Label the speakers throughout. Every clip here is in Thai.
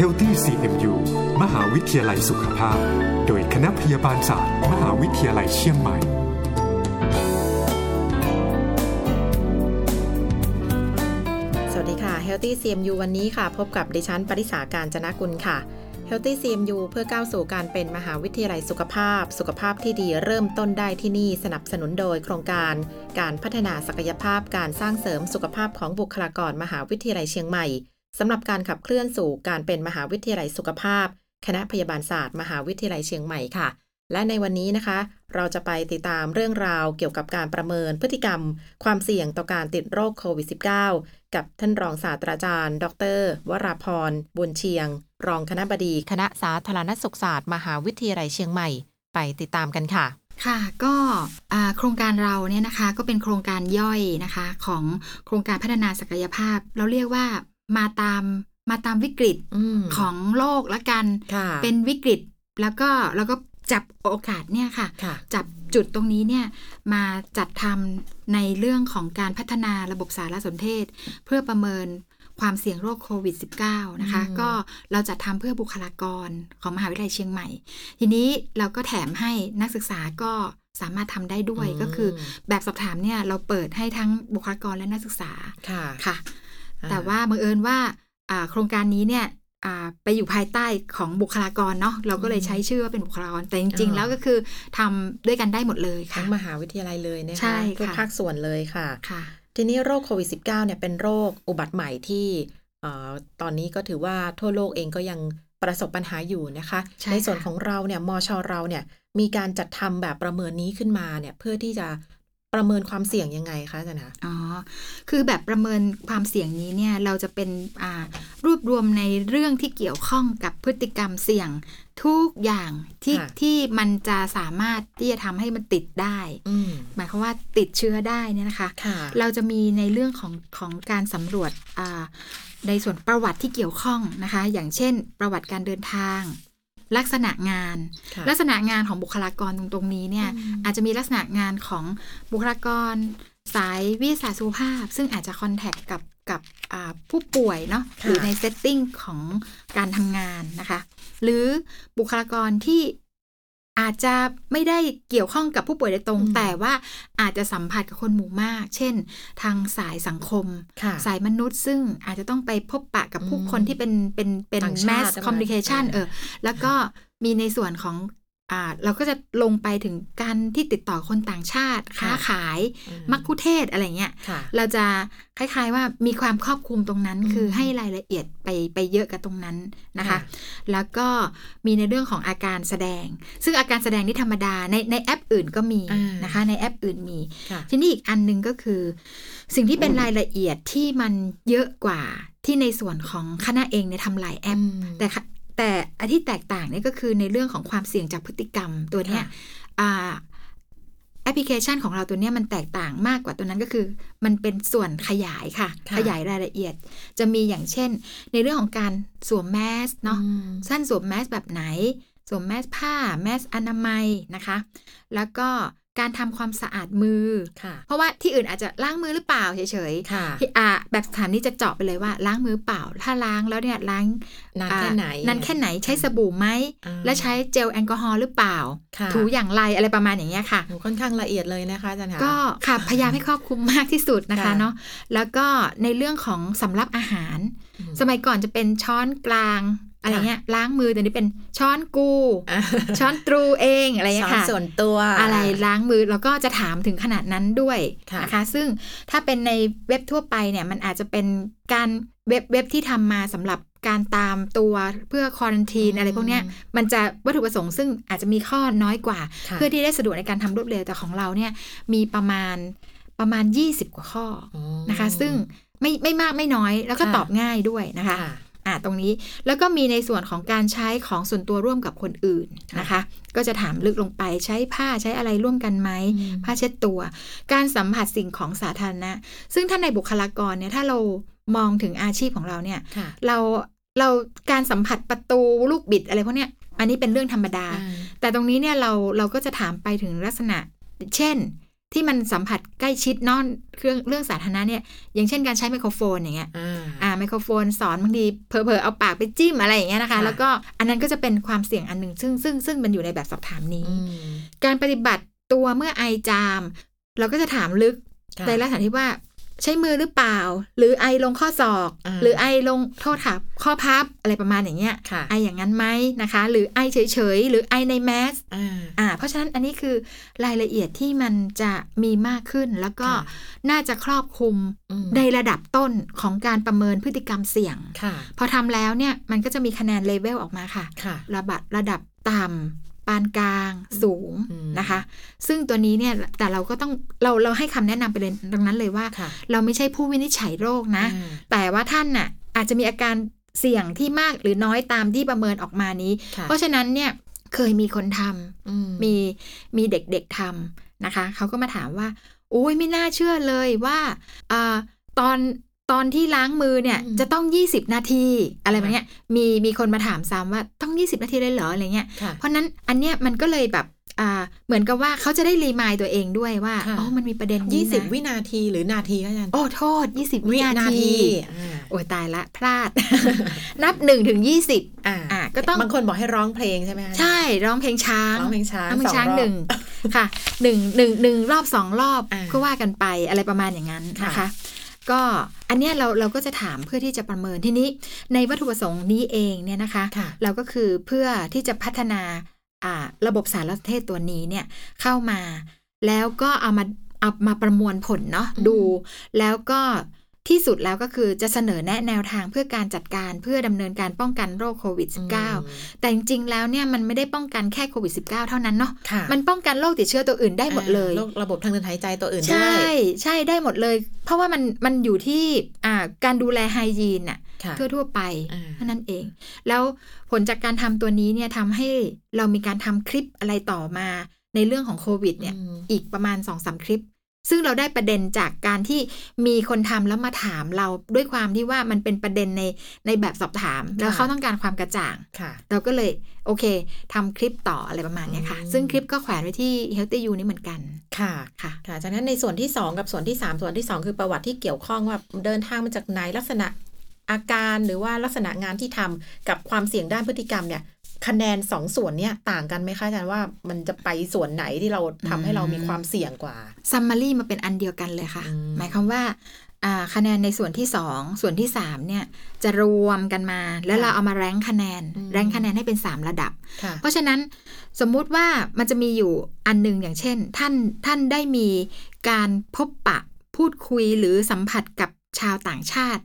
Speaker 1: Healthy CMU มหาวิทยาลัยสุขภาพ โดยคณะพยาบาลศาสตร์ มหาวิทยาลัยเชียงใหม่
Speaker 2: สวัสดีค่ะ Healthy CMU วันนี้ค่ะ พบกับดิฉันปริษาการจนะกุลค่ะ Healthy CMU เพื่อก้าวสู่การเป็นมหาวิทยาลัยสุขภาพ สุขภาพที่ดีเริ่มต้นได้ที่นี่สนับสนุนโดยโครงการ การพัฒนาศักยภาพการสร้างเสริมสุขภาพของบุคลากรมหาวิทยาลัยเชียงใหม่สำหรับการขับเคลื่อนสู่การเป็นมหาวิทยาลัยสุขภาพ คณะพยาบาลศาสตร์ มหาวิทยาลัยเชียงใหม่ค่ะ และในวันนี้นะคะ เราจะไปติดตามเรื่องราวเกี่ยวกับการประเมินพฤติกรรม ความเสี่ยงต่อการติดโรคโควิด -19 กับท่านรองศาสตราจารย์ ดร วราพร บุญเชียง รองคณะบดีคณะสาธารณสุขศาสตร์ มหาวิทยาลัยเชียงใหม่ ไปติดตามกันค่ะ
Speaker 3: ค่ะก็อ่าโครงการเราเนี่ยนะคะก็เป็นโครงการย่อยนะคะของโครงการพัฒนาศักยภาพ เราเรียกว่ามาตามมาตามวิกฤต
Speaker 2: อืม
Speaker 3: ของโลกละกัน
Speaker 2: ค่ะ
Speaker 3: เป็นวิกฤตแล้วก็เราก็จับโอกาสเนี่ยค่ะ
Speaker 2: ค่ะ
Speaker 3: จับจุดตรงนี้เนี่ยมาจัดทำในเรื่องของการพัฒนาระบบสารสนเทศ เพื่อประเมินความเสี่ยงโรคโควิด -19 นะคะ
Speaker 2: อืม
Speaker 3: ก็เราจัดทำเพื่อบุคลากรของมหาวิทยาลัยเชียงใหม่ ทีนี้เราก็แถมให้นักศึกษาก็สามารถทำได้ด้วยก็คือ แบบสอบถามเนี่ยเราเปิดให้ทั้งบุคลากรและนักศึกษา
Speaker 2: ค่ะ
Speaker 3: ค่ะ แต่ว่าบังเอิญว่าอ่าโครงการนี้เนี่ยอ่าไปอยู่ภายใต้ของบุคลากรเนาะเราก็เลยใช้ชื่อว่าเป็นบุคลากร แต่จริง
Speaker 2: อ่า
Speaker 3: ๆ แล้วก็คือทำด้วยกันได้หมดเลยค่ะ
Speaker 2: ทั้งมหาวิทยาลัยเลยนะคะ
Speaker 3: ใช่ค่ะ
Speaker 2: ทุกภาคส่วนเลยค่ะ
Speaker 3: ค่ะ
Speaker 2: ทีนี้โรคโควิด -19 เนี่ยเป็นโรคอุบัติใหม่ที่เอ่อตอนนี้ก็ถือว่าทั่วโลกเองก็ยังประสบปัญหาอยู่นะคะ
Speaker 3: ใช่
Speaker 2: ในส่วน
Speaker 3: ค่ะ
Speaker 2: ของเราเนี่ยมชเราเนี่ยมีการจัดทำแบบประเมินนี้ขึ้นมาเนี่ยเพื่อที่จะประเมินความเสี่ยงยังไงคะอาจารย์นะ
Speaker 3: อ๋อคือแบบประเมินความเสี่ยงนี้เนี่ยเราจะเป็นอ่ารวบรวมในเรื่องที่เกี่ยวข้องกับพฤติกรรมเสี่ยงทุกอย่างที่ที่มันจะสามารถที่จะทำให้มันติดได้
Speaker 2: อืม
Speaker 3: หมายความว่าติดเชื้อได้เนี่ยนะคะ
Speaker 2: ค่ะ
Speaker 3: เราจะมีในเรื่องของของการสำรวจอ่าในส่วนประวัติที่เกี่ยวข้องนะคะ อย่างเช่น ประวัติการเดินทาง ลักษณะงาน
Speaker 2: ค่ะ
Speaker 3: ลักษณะงานของบุคลากรตรงตรงนี้เนี่ย
Speaker 2: อืม
Speaker 3: อาจจะมีลักษณะงานของบุคลากร สายวิทยาศาสตร์สุขภาพ ซึ่งอาจจะคอนแทคกับกับอ่าผู้ป่วยเนาะหรือในเซตติ้งของการทำงานนะคะ หรือบุคลากรที่อาจจะไม่ได้เกี่ยวข้องกับผู้ป่วยโดยตรง
Speaker 2: อืม
Speaker 3: แต่ว่าอาจจะสัมผัสกับคนหมู่มาก เช่น ทางสายสังคม
Speaker 2: ค่ะ
Speaker 3: สายมนุษย์ซึ่งอาจจะต้องไปพบปะกับผู้
Speaker 2: อืม
Speaker 3: คนที่เป็นเป็นเป็น
Speaker 2: ต่าง
Speaker 3: แม
Speaker 2: ชาติ
Speaker 3: ส
Speaker 2: ใช่ไหม
Speaker 3: คอมมิ i เคชัน
Speaker 2: เอ
Speaker 3: เอ
Speaker 2: อ
Speaker 3: อแล้วก็มีในส่วนของอ่าเราก็จะลงไปถึงการที่ติดต่อคนต่างชาติ ค้าขาย
Speaker 2: อื
Speaker 3: มักคุเทศก์อะไรเงี้ย
Speaker 2: ค่ะ
Speaker 3: เราจะคล้ายๆว่ามีความครอบคลุมตรงนั้น
Speaker 2: อืม
Speaker 3: คือให้รายละเอียดไปไปเยอะกับตรงนั้นนะคะ
Speaker 2: ค่ะ
Speaker 3: แล้วก็มีในเรื่องของอาการแสดง ซึ่งอาการแสดงนี่ธรรมดาในในแอปอื่นก็มีนะคะ ในแอปอื่นมี
Speaker 2: ค่ะ
Speaker 3: ทีนี้อีกอันหนึ่งก็คือ สิ่งที่เป็นรายละเอียดที่มันเยอะกว่าที่ในส่วนของคณะเองเนี่ยทำหลายแอป แต่ค่ะแต่อันที่แตกต่างเนี่ยก็คือในเรื่องของความเสี่ยงจากพฤติกรรมตัวเนี้ย
Speaker 2: ค่ะ
Speaker 3: อ่าแอปพลิเคชันของเราตัวเนี้ยมันแตกต่างมากกว่าตัวนั้นก็คือ มันเป็นส่วนขยายค่ะ
Speaker 2: ค่ะ
Speaker 3: ขยายรายละเอียด จะมีอย่างเช่น ในเรื่องของการสวมแมสเนาะ
Speaker 2: อืม
Speaker 3: สั้นสวมแมสแบบไหน สวมแมสผ้า แมสอนามัยนะคะ แล้วก็การทำความสะอาดมือ
Speaker 2: ค่ะ
Speaker 3: เพราะว่าที่อื่นอาจจะล้างมือหรือเปล่าเฉย
Speaker 2: ค่ะ
Speaker 3: ๆที่อ่าแบบสถานนี้จะเจาะไปเลยว่าล้างมือเปล่า ถ้าล้างแล้วเนี่ยล้าง
Speaker 2: นาน
Speaker 3: อ่า
Speaker 2: แค่ไหน
Speaker 3: นานแค่ไหนใช้สบู่ไหม
Speaker 2: อ่า
Speaker 3: และใช้เจลแอลกอฮอล์หรือเปล่า
Speaker 2: ค่ะ
Speaker 3: ถูอย่างไรอะไรประมาณอย่างเงี้ยค่ะ
Speaker 2: โหค่อนข้างละเอียดเลยนะคะอาจารย์คะ
Speaker 3: ก็ค่ะพยายามให้ครอบคลุมมากที่สุดนะคะ
Speaker 2: ค่ะ
Speaker 3: เนาะแล้วก็ในเรื่องของสำรับอาหาร
Speaker 2: อืม
Speaker 3: สมัยก่อนจะเป็นช้อนกลางอะไร
Speaker 2: ค่ะ
Speaker 3: เงี้ยล้างมือแต่นี้เป็นช้อนกู
Speaker 2: อ่ะ
Speaker 3: ช้อนตรูเองอะไรเงี้ย
Speaker 2: สอน
Speaker 3: ค่ะ
Speaker 2: ส่วนตัว
Speaker 3: อะไรล้างมือแล้วก็จะถามถึงขนาดนั้นด้วย
Speaker 2: ค่ะ
Speaker 3: นะคะ ซึ่งถ้าเป็นในเว็บทั่วไปเนี่ยมันอาจจะเป็นการเว็บเว็บที่ทำมาสำหรับการตามตัวเพื่อควอนตีนอะไรพวกเนี้ยมันจะวัตถุประสงค์ซึ่งอาจจะมีข้อน้อยกว่า
Speaker 2: ค่ะ
Speaker 3: เพื่อที่ได้สะดวกในการทำรวดเร็วแต่ของเราเนี่ยมีประมาณประมาณ 20 กว่าข้อ
Speaker 2: อ๋อ
Speaker 3: นะคะ ซึ่งไม่ไม่มากไม่น้อยแล้วก็
Speaker 2: ค่ะ
Speaker 3: ตอบง่ายด้วยนะคะ
Speaker 2: ค่ะ
Speaker 3: อ่าตรงนี้แล้วก็มีในส่วนของการใช้ของส่วนตัวร่วมกับคนอื่นนะคะ ก็จะถามลึกลงไปใช้ผ้าใช้อะไรร่วมกันไหม
Speaker 2: อืม
Speaker 3: ผ้าเช็ดตัว การสัมผัสสิ่งของสาธารณะ ซึ่งถ้าในบุคลากรเนี่ยถ้าเรามองถึงอาชีพของเราเนี่ย
Speaker 2: ค่ะ
Speaker 3: เราเราการสัมผัสประตูลูกบิดอะไรพวกเนี้ยอันนี้เป็นเรื่องธรรมดา
Speaker 2: อ่า
Speaker 3: แต่ตรงนี้เนี่ยเราเราก็จะถามไปถึงลักษณะ เช่น ที่มันสัมผัสใกล้ชิดเนอนเครื่องเรื่องสาธารณะเนี่ยอย่างเช่นการใช้ไมโครโฟนอย่างเงี้ย
Speaker 2: อ่า
Speaker 3: อ่าไมโครโฟนสอนบางทีเผลอๆเอาปากไปจิ้มอะไรอย่างเงี้ยนะคะ
Speaker 2: ค่ะ
Speaker 3: แล้วก็อันนั้นก็จะเป็นความเสี่ยงอันหนึ่งซึ่งซึ่งซึ่งมันอยู่ในแบบสอบถามนี้
Speaker 2: อืม
Speaker 3: การปฏิบัติตัวเมื่อไอจาม เราก็จะถามลึก
Speaker 2: ค่ะ
Speaker 3: ในลักษณะที่ว่าใช้มือหรือเปล่า หรือไอลงข้อศอก
Speaker 2: อ่า
Speaker 3: หรือไอลงโทษค่ะข้อพับอะไรประมาณอย่างเงี้ย
Speaker 2: ค่ะ
Speaker 3: ไออย่างนั้นไหมนะคะ หรือไอเฉยๆหรือไอในแมส
Speaker 2: อ่า
Speaker 3: อ่าเพราะฉะนั้นอันนี้คือรายละเอียดที่มันจะมีมากขึ้น แล้วก็
Speaker 2: ค่ะ
Speaker 3: น่าจะครอบคลุม
Speaker 2: อืม
Speaker 3: ในระดับต้นของการประเมินพฤติกรรมเสี่ยง
Speaker 2: ค่ะ
Speaker 3: พอทำแล้วเนี่ยมันก็จะมีคะแนนเลเวลออกมาค่ะ
Speaker 2: ค่ะ
Speaker 3: ระบัดระดับต่ำปานกลางสูง
Speaker 2: อืม
Speaker 3: นะคะ ซึ่งตัวนี้เนี่ยแต่เราก็ต้องเราเราให้คำแนะนำไปเลยดังนั้นเลยว่า
Speaker 2: ค่ะ
Speaker 3: เราไม่ใช่ผู้วินิจฉัยโรคนะ
Speaker 2: อ่า
Speaker 3: แต่ว่าท่านน่ะอาจจะมีอาการเสี่ยงที่มากหรือน้อยตามที่ประเมินออกมานี้
Speaker 2: ค่ะ
Speaker 3: เพราะฉะนั้นเนี่ยเคยมีคนทำ
Speaker 2: อื
Speaker 3: มีมีเด็กๆทำนะคะ เขาก็มาถามว่าโอ้ยไม่น่าเชื่อเลยว่าอาตอนตอนที่ล้างมือเนี่ยจะต้อง 20 นาทีอะไรแบบเนี้ยมีมีคนมาถามซ้ำว่าต้อง 20 นาทีเลยเหรออะไรเงี้ย
Speaker 2: ค่ะ
Speaker 3: เพราะนั้นอันเนี้ยมันก็เลยแบบอ่าเหมือนกับว่าเขาจะได้รีมายตัวเองด้วยว่า
Speaker 2: ค่ะ
Speaker 3: อ๋อมันมีประเด็นนี้
Speaker 2: ยี่สิบ
Speaker 3: นะ
Speaker 2: วินาทีหรือนาทีคะอาจารย์
Speaker 3: โอ้โทษ 20 วินาที
Speaker 2: อ่า
Speaker 3: โอ้ยตายละพลาด นับ1ถึง20
Speaker 2: อ่า
Speaker 3: อ่ะก็ต้อง
Speaker 2: บางคนบอกให้ร้องเพลงใช่ไหมคะ
Speaker 3: ใช่ร้องเพลงช้าง
Speaker 2: ร้องเพลงช้าง
Speaker 3: น้ำมือ
Speaker 2: สอ
Speaker 3: ช้าง
Speaker 2: รอบ
Speaker 3: หนึ่งค่ะหนึ่งหนึ่งหนึ่งรอบสองรอบ
Speaker 2: อ่า
Speaker 3: ก็ว่ากันไปอะไรประมาณอย่างนั้นนะคะ
Speaker 2: ค่ะ
Speaker 3: ก็อันเนี้ยเราเราก็จะถามเพื่อที่จะประเมินทีนี้ในวัตถุประสงค์นี้เองเนี่ยนะคะ
Speaker 2: ค่ะ
Speaker 3: เราก็คือเพื่อที่จะพัฒนาอ่าระบบสารสนเทศตัวนี้เนี่ยเข้ามาแล้วก็เอามาเอามาประมวลผลเนาะดู แล้วก็ที่สุดแล้วก็คือจะเสนอแนะแนวทางเพื่อการจัดการเพื่อดำเนินการป้องกันโรคโควิด -19
Speaker 2: อืม
Speaker 3: แต่จริงๆ แล้วเนี่ยมันไม่ได้ป้องกันแค่โควิด -19 เท่านั้นเนาะ
Speaker 2: ค่ะ
Speaker 3: มันป้องกันโรคติดเชื้อตัวอื่นได้หมดเลย
Speaker 2: อ่าโรคระบบทางเดินหายใจตัวอื่นด้
Speaker 3: ใช่
Speaker 2: วย
Speaker 3: ใช่ได้หมดเลย เพราะว่ามันมันอยู่ที่อ่าการดูแลไฮยีนน่ะ
Speaker 2: ค่ะ
Speaker 3: ทั่วๆไป
Speaker 2: อ่า
Speaker 3: เท่านั้นเอง แล้วผลจากการทำตัวนี้เนี่ยทำให้เรามีการทำคลิปอะไรต่อมาในเรื่องของโควิดเนี่ย
Speaker 2: อืม
Speaker 3: อีกประมาณ2อสคลิป ซึ่งเราได้ประเด็นจากการที่มีคนทำแล้วมาถามเราด้วยความที่ว่ามันเป็นประเด็นในในแบบสอบถาม แล้ว
Speaker 2: ค่ะ
Speaker 3: เขาต้องการความกระจ่าง
Speaker 2: ค่ะ
Speaker 3: เราก็เลยโอเคทำคลิปต่ออะไรประมาณเนี้ยค่ะ
Speaker 2: อืม
Speaker 3: ซึ่งคลิปก็แขวนไว้ที่ Healthy You นี่เหมือนกัน
Speaker 2: ค่ะ
Speaker 3: ค่ะ
Speaker 2: ค่ะ จากนั้นในส่วนที่ 2 กับส่วนที่ 3 ส่วนที่ 2 คือประวัติที่เกี่ยวข้องว่าเดินทางมาจากไหนลักษณะอาการหรือว่าลักษณะงานที่ทำกับความเสี่ยงด้านพฤติกรรมเนี่ย คะแนน 2 ส่วนเนี่ยต่างกันไหมคะอาจารย์ว่ามันจะไปส่วนไหนที่เราทำให้เรามีความเสี่ยงกว่า
Speaker 3: ซัมมารีมาเป็นอันเดียวกันเลยค่ะ
Speaker 2: อืม
Speaker 3: หมายความว่าอ่าคะแนนในส่วนที่ 2 ส่วนที่ 3 เนี่ย จะรวมกันมา แล้วเราเอามาแรงคะแนน แรงคะแนนให้เป็น 3 ระดับ
Speaker 2: ค่ะ
Speaker 3: เพราะฉะนั้นสมมุติว่ามันจะมีอยู่อันหนึ่งอย่างเช่น ท่านท่านได้มีการพบปะพูดคุยหรือสัมผัสกับชาวต่างชาติ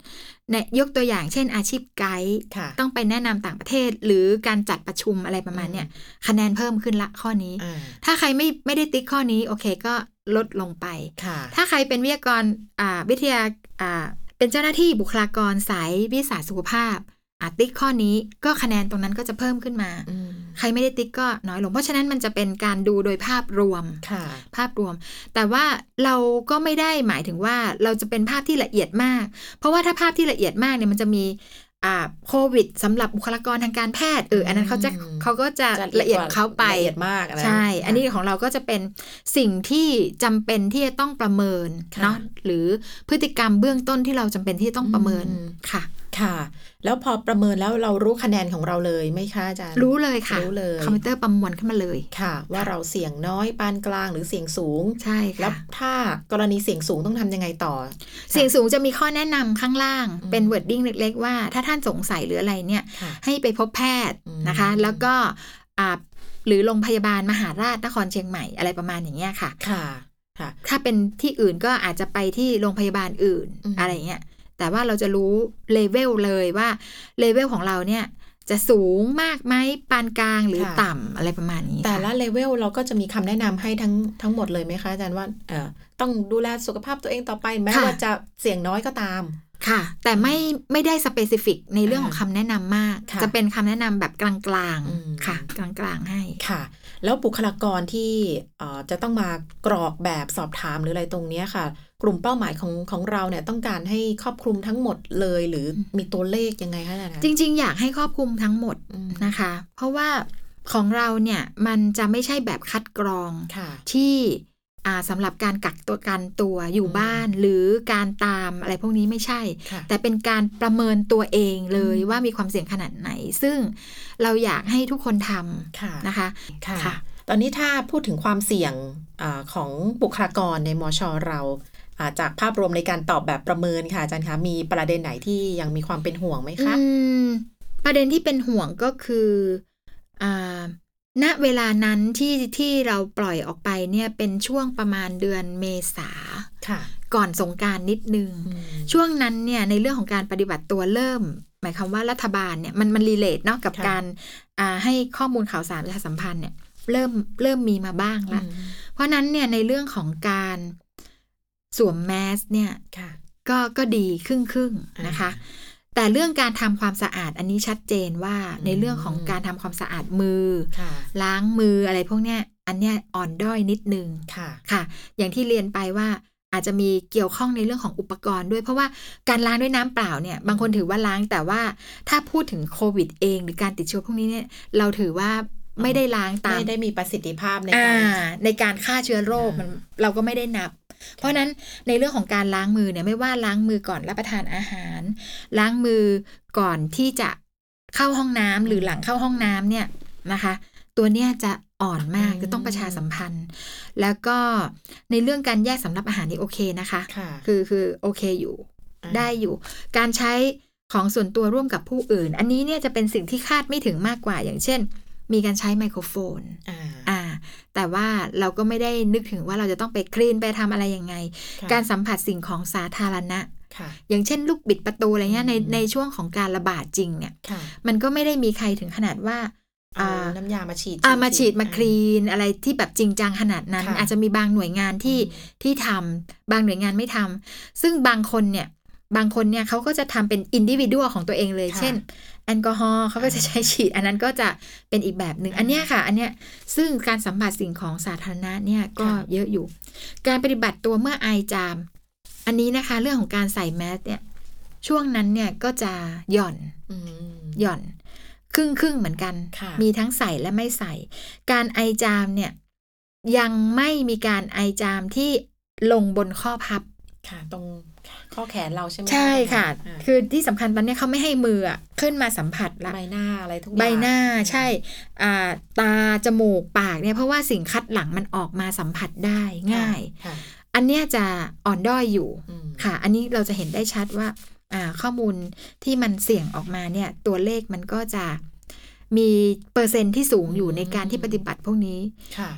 Speaker 3: เนี่ยยกตัวอย่างเช่นอาชีพไกด์
Speaker 2: ค่ะ
Speaker 3: ต้องไปแนะนำต่างประเทศหรือการจัดประชุมอะไรประมาณเนี้ยคะแนนเพิ่มขึ้นละข้อนี้
Speaker 2: อ่า
Speaker 3: ถ้าใครไม่ไม่ได้ติ๊กข้อนี้โอเคก็ลดลงไป
Speaker 2: ค่ะ
Speaker 3: ถ้าใครเป็นวิทยากรอ่าวิทยาอ่าเป็นเจ้าหน้าที่บุคลากรสายวิสาสุขภาพอาติ๊กข้อนี้ก็คะแนนตรงนั้นก็จะเพิ่มขึ้นมา
Speaker 2: อืม
Speaker 3: ใครไม่ได้ติ๊กก็น้อยลง เพราะฉะนั้นมันจะเป็นการดูโดยภาพรวม
Speaker 2: ค่ะ
Speaker 3: ภาพรวม แต่ว่าเราก็ไม่ได้หมายถึงว่าเราจะเป็นภาพที่ละเอียดมาก เพราะว่าถ้าภาพที่ละเอียดมากเนี่ยมันจะมีอ่าโควิดสำหรับบุคลากรทางการแพทย์เอออันนั้นเขาจะ
Speaker 2: อืม
Speaker 3: เขาก็จะละเอียดของเขาไป
Speaker 2: ละเอียดมากอะไร
Speaker 3: ใช่
Speaker 2: ค่ะ
Speaker 3: อันนี้ของเราก็จะเป็นสิ่งที่จำเป็นที่จะต้องประเมิน
Speaker 2: ค่ะ
Speaker 3: เนาะหรือพฤติกรรมเบื้องต้นที่เราจำเป็นที่จะต้องประเมิน
Speaker 2: อืม
Speaker 3: ค่ะ
Speaker 2: ค่ะ แล้วพอประเมินแล้วเรารู้คะแนนของเราเลยไหมคะอาจารย์
Speaker 3: รู้เลยค่ะ
Speaker 2: รู้เลย
Speaker 3: คอมพิวเตอร์ประมวลขึ้นมาเลย
Speaker 2: ค่ะ ว่าเราเสี่ยงน้อยปานกลางหรือเสี่ยงสูง
Speaker 3: ใช่
Speaker 2: แล้ว
Speaker 3: ค่ะ
Speaker 2: ถ้ากรณีเสียงสูงต้องทำยังไงต่อ
Speaker 3: เสียงสูงจะมีข้อแนะนำข้างล่าง
Speaker 2: อืม
Speaker 3: เป็น wording เล็ก ๆ ว่า ถ้าท่านสงสัยหรืออะไรเนี่ย
Speaker 2: ค่ะ
Speaker 3: ให้ไปพบแพทย์นะคะ
Speaker 2: อืม
Speaker 3: แล้วก็อ่าหรือโรงพยาบาลมหาราชนครเชียงใหม่อะไรประมาณอย่างเงี้ยค่ะ
Speaker 2: ค่ะ ค่ะ
Speaker 3: ถ้าเป็นที่อื่นก็อาจจะไปที่โรงพยาบาลอื่น
Speaker 2: อืม
Speaker 3: อะไรเงี้ย แต่ว่าเราจะรู้เลเวลเลยว่าเลเวลของเราเนี่ยจะสูงมากไหมปานกลางหรือต่ำอะไรประมาณนี้ค่
Speaker 2: แต่ละเลเวลเราก็จะมีคำแนะนำให้ทั้งทั้งหมดเลยไหมคะอาจารย์ว่าเอ่อต้องดูแลสุขภาพตัวเองต่อไปแม้ว่าจะเสี่ยงน้อยก็ตาม
Speaker 3: ค่ะ แต่ไม่ไม่ได้สเปซิฟิกในเรื่องของคำแนะนำมาก
Speaker 2: ค่ะ
Speaker 3: จะเป็นคำแนะนำแบบกลาง
Speaker 2: อืม
Speaker 3: ๆค่ะ กลางๆให้
Speaker 2: ค่ะ แล้วบุคลากรที่เอ่อจะต้องมากรอกแบบสอบถามหรืออะไรตรงเนี้ยค่ะ กลุ่มเป้าหมายของของเราเนี่ยต้องการให้ครอบคลุมทั้งหมดเลย หรือมีตัวเลขยังไงคะอาจารย์คะ
Speaker 3: จริง ๆ อยากให้ครอบคลุมทั้งหมด
Speaker 2: อืม
Speaker 3: นะคะ เพราะว่าของเราเนี่ยมันจะไม่ใช่แบบคัดกรอง
Speaker 2: ค่ะ
Speaker 3: ที่ อ่าสำหรับการกักตัวกันตัวอยู่บ้าน หรือการตามอะไรพวกนี้ไม่ใช่
Speaker 2: ค่ะ
Speaker 3: แต่เป็นการประเมินตัวเองเลย
Speaker 2: อืม
Speaker 3: ว่ามีความเสี่ยงขนาดไหน ซึ่งเราอยากให้ทุกคนทำ
Speaker 2: ค่ะ
Speaker 3: นะคะ
Speaker 2: ค่ะ
Speaker 3: ค่ะ
Speaker 2: ตอนนี้ถ้าพูดถึงความเสี่ยงอาของบุคลากรในมชเราอ่าจากภาพรวมในการตอบแบบประเมินค่ะอาจารย์คะ มีประเด็นไหนที่ยังมีความเป็นห่วงไหมคะ
Speaker 3: อืมประเด็นที่เป็นห่วงก็คืออ่าณเวลานั้นที่ที่เราปล่อยออกไปเนี่ยเป็นช่วงประมาณเดือนเมษา
Speaker 2: ค่ะ
Speaker 3: ก่อนสงกรารนิดนึง
Speaker 2: อืม
Speaker 3: ช่วงนั้นเนี่ยในเรื่องของการปฏิบัติตัวเริ่ม หมายความว่ารัฐบาลเนี่ยมันมันรีเลทเนาะกับ
Speaker 2: ค่ะ
Speaker 3: การอ่าให้ข้อมูลข่าวสารประชาสัมพันธ์เนี่ยเริ่มเริ่มมีมาบ้าง
Speaker 2: อื
Speaker 3: ละ
Speaker 2: ม
Speaker 3: เพราะนั้นเนี่ยในเรื่องของการสวมแมสเนี่ย
Speaker 2: ค่ะ
Speaker 3: ก็ก็ดีครึ่งครึ่งๆนะคะ แต่เรื่องการทำความสะอาดอันนี้ชัดเจนว่า
Speaker 2: อืม
Speaker 3: ในเรื่องของการทำความสะอาดมือ
Speaker 2: ค่ะ
Speaker 3: ล้างมืออะไรพวกเนี้ยอันเนี้ยอ่อนด้อยนิดนึง
Speaker 2: ค่ะ
Speaker 3: ค่ะ อย่างที่เรียนไปว่าอาจจะมีเกี่ยวข้องในเรื่องของอุปกรณ์ด้วย เพราะว่าการล้างด้วยน้ำเปล่าเนี่ยบางคนถือว่าล้างแต่ว่าถ้าพูดถึงโควิดเอง หรือการติดเชื้อพวกนี้เนี่ยเราถือว่าไม่ได้ล้างตาม
Speaker 2: ไม่ได้มีประสิทธิภาพใน
Speaker 3: อ่า
Speaker 2: การ
Speaker 3: ในการฆ่าเชื้อโรคมัน
Speaker 2: อ่า
Speaker 3: เราก็ไม่ได้นับ เพราะฉะนั้นในเรื่องของการล้างมือเนี่ยไม่ว่าล้างมือก่อนรับประทานอาหาร ล้างมือก่อนที่จะเข้าห้องน้ำหรือหลังเข้าห้องน้ำเนี่ยนะคะ ตัวเนี้ยจะอ่อนมากจะต้องประชาสัมพันธ์ แล้วก็ในเรื่องการแยกสำหรับอาหารนี่โอเคนะคะ
Speaker 2: ค่ะ
Speaker 3: คือคือโอเคอยู่
Speaker 2: า
Speaker 3: ได้อยู่ การใช้ของส่วนตัวร่วมกับผู้อื่น อันนี้เนี่ยจะเป็นสิ่งที่คาดไม่ถึงมากกว่าอย่างเช่น มีการใช้ไมโครโฟน
Speaker 2: อ่า
Speaker 3: อ่าแต่ว่าเราก็ไม่ได้นึกถึงว่าเราจะต้องไปคลีนไปทำอะไรยังไง
Speaker 2: ค่ะ
Speaker 3: การสัมผัสสิ่งของสาธารณะ
Speaker 2: ค่ะ
Speaker 3: อย่างเช่น ลูกบิดประตูอะไรเงี้ยใน
Speaker 2: อืม
Speaker 3: ในช่วงของการระบาดจริงเนี่ย
Speaker 2: ค่ะ
Speaker 3: มันก็ไม่ได้มีใครถึงขนาดว่า
Speaker 2: เอา
Speaker 3: อ่า
Speaker 2: น้ำยามาฉีด
Speaker 3: อ่ามาฉีด
Speaker 2: จริงๆ
Speaker 3: มา
Speaker 2: อ่
Speaker 3: คลีนอะไรที่แบบจริงจังขนาดนั้น
Speaker 2: ค่ะ
Speaker 3: อาจจะมีบางหน่วยงานที่
Speaker 2: อืม
Speaker 3: ที่ทำบางหน่วยงานไม่ทำซึ่งบางคนเนี่ยบางคนเนี่ยเขาก็จะทำเป็นอินดิวิด l ของตัวเองเลย เช่น แอลกอฮอล์เขาก็จะใช้ฉีด อันนั้นก็จะเป็นอีกแบบหนึ่งอันเนี้ยค่ะ อันเนี้ยซึ่งการสัมผัสสิ่งของสาธารณะเนี่ยก็เยอะอยู่ การปฏิบัติตัวเมื่อไอจาม อันนี้นะคะเรื่องของการใส่แมสเนี่ยช่วงนั้นเนี่ยก็จะหย่อน
Speaker 2: อืม
Speaker 3: หย่อนครึ่งครึ่งๆเหมือนกัน
Speaker 2: ค่ะ
Speaker 3: มีทั้งใส่และไม่ใส่ การไอจามเนี่ยยังไม่มีการไอจามที่ลงบนข้อพับ
Speaker 2: ค่ะ ตรงข้อแขนเราใช่ไหม
Speaker 3: ใช่ค่ะ
Speaker 2: อ่า
Speaker 3: คือที่สำคัญตอนเนี้ยเขาไม่ให้มืออะขึ้นมาสัมผัสละ
Speaker 2: ใบหน้าอะไรทุกอย่าง
Speaker 3: ใบหน้าใช่อ่าตา จมูก ปากเนี่ยเพราะว่าสิ่งคัดหลังมันออกมาสัมผัสได้ง่าย
Speaker 2: ค่ะ
Speaker 3: อันเนี้ยจะอ่อนด้อยอยู่
Speaker 2: อืม
Speaker 3: ค่ะ อันนี้เราจะเห็นได้ชัดว่าอ่าข้อมูลที่มันเสี่ยงออกมาเนี่ย ตัวเลขมันก็จะมีเปอร์เซ็นต์ที่สูงอยู่ในการที่ปฏิบัติพวกนี้
Speaker 2: ค่ะ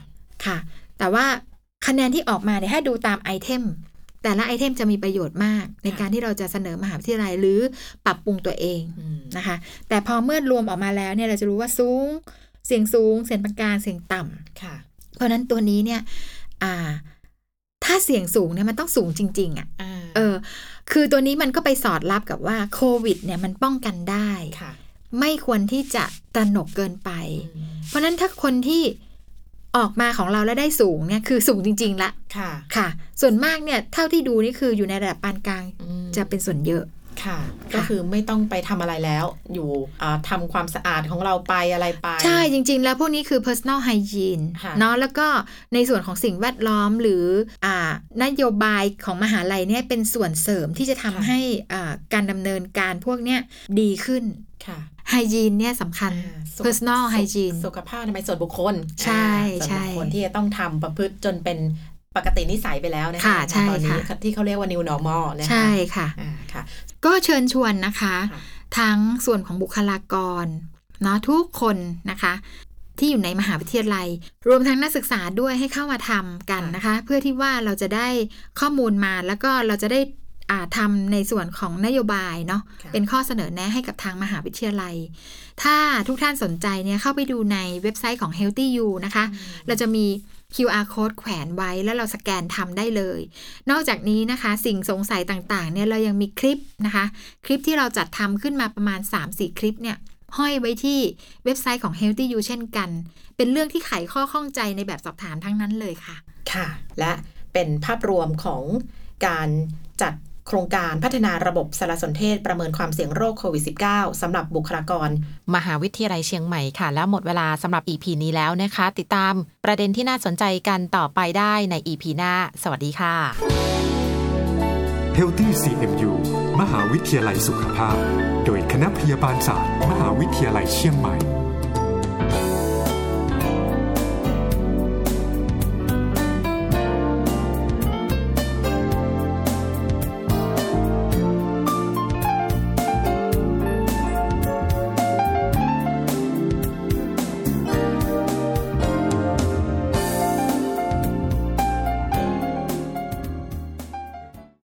Speaker 3: ค่ะ แต่ว่าคะแนนที่ออกมาเนี่ยถ้าดูตามไอเทม แต่ละไอเทมจะมีประโยชน์มาก ในการที่เราจะเสนอมหาวิทยาลัยหรือปรับปรุงตัวเอง
Speaker 2: อืม
Speaker 3: นะคะ แต่พอเมื่อรวมออกมาแล้วเนี่ยเราจะรู้ว่าสูง เสียงสูง เสียงปานกลางเสียงต่ำ
Speaker 2: ค่ะ
Speaker 3: เพราะฉะนั้นตัวนี้เนี่ยอ่าถ้าเสียงสูงเนี่ยมันต้องสูงจริงๆอะ
Speaker 2: อ่า
Speaker 3: เออ คือตัวนี้มันก็ไปสอดรับกับว่าโควิดเนี่ยมันป้องกันได้
Speaker 2: ค่ะ
Speaker 3: ไม่ควรที่จะตระหนกเกินไป
Speaker 2: อืม
Speaker 3: เพราะฉะนั้นถ้าคนที่ออกมาของเราแล้วได้สูงเนี่ยคือสูงจริง ๆ ละ
Speaker 2: ค่ะ
Speaker 3: ค่ะ ส่วนมากเนี่ยเท่าที่ดูนี่คืออยู่ในระดับปานกลาง
Speaker 2: อืม
Speaker 3: จะเป็นส่วนเยอะ
Speaker 2: ค่ะ ก็คือไม่ต้องไปทำอะไรแล้ว อยู่อ่าทำความสะอาดของเราไปอะไรไป
Speaker 3: ใช่จริง ๆ แล้วพวกนี้คือ personal hygiene
Speaker 2: ค่ะ
Speaker 3: เนาะแล้วก็ในส่วนของสิ่งแวดล้อมหรืออ่านโยบายของมหาลัยเนี่ยเป็นส่วนเสริมที่จะทำให้อ่าการดำเนินการพวกเนี้ยดีขึ้น
Speaker 2: ค่ะ
Speaker 3: ไฮยีนเนี่ยสำคัญ
Speaker 2: อ่าสุข
Speaker 3: personal
Speaker 2: สุข
Speaker 3: hygiene
Speaker 2: สุขภาพในส่วนบุคคล
Speaker 3: ใช่
Speaker 2: อ่า
Speaker 3: ใช่
Speaker 2: ส่วนบุคคลที่จะต้องทำประพฤติจนเป็นปกตินิสัยไปแล้วนะคะ
Speaker 3: ค่ะใช่
Speaker 2: ตอนนี้
Speaker 3: ค่ะ
Speaker 2: ที่เขาเรียกว่า new normal นะคะ
Speaker 3: ใช่ค่ะ
Speaker 2: อ่าค่ะ
Speaker 3: ก็เชิญชวนนะคะ
Speaker 2: ค่ะ
Speaker 3: ทั้งส่วนของบุคลากรเนาะทุกคนนะคะ ที่อยู่ในมหาวิทยาลัย รวมทั้งนักศึกษาด้วยให้เข้ามาทำกันนะคะ เพื่อที่ว่าเราจะได้ข้อมูลมาแล้วก็เราจะได้อ่าทำในส่วนของนโยบายเนาะ
Speaker 2: ค่ะ
Speaker 3: เป็นข้อเสนอแนะให้กับทางมหาวิทยาลัย ถ้าทุกท่านสนใจเนี่ยเข้าไปดูในเว็บไซต์ของ Healthy You นะคะ เราจะมี QR code แขวนไว้แล้วเราสแกนทำได้เลย นอกจากนี้นะคะ สิ่งสงสัยต่างๆเนี่ยเรายังมีคลิปนะคะ คลิปที่เราจัดทำขึ้นมาประมาณ 3-4 คลิปเนี่ยห้อยไว้ที่เว็บไซต์ของ Healthy You เช่นกัน เป็นเรื่องที่ไขข้อข้องใจในแบบสอบถามทั้งนั้นเลยค่ะ
Speaker 2: ค่ะ และเป็นภาพรวมของการจัด โครงการพัฒนาระบบสารสนเทศประเมินความเสี่ยงโรคโควิด -19 สำหรับบุคลากร มหาวิทยาลัยเชียงใหม่ค่ะ แล้วหมดเวลาสำหรับ EP นี้แล้วนะคะ ติดตามประเด็นที่น่าสนใจกันต่อไปได้ใน EP หน้า สวัสดีค่ะ
Speaker 1: h e a l t h y CMU มหาวิทยาลัยสุขภาพ โดยคณะพยาบาลศาสตร์ มหาวิทยาลัยเชียงใหม่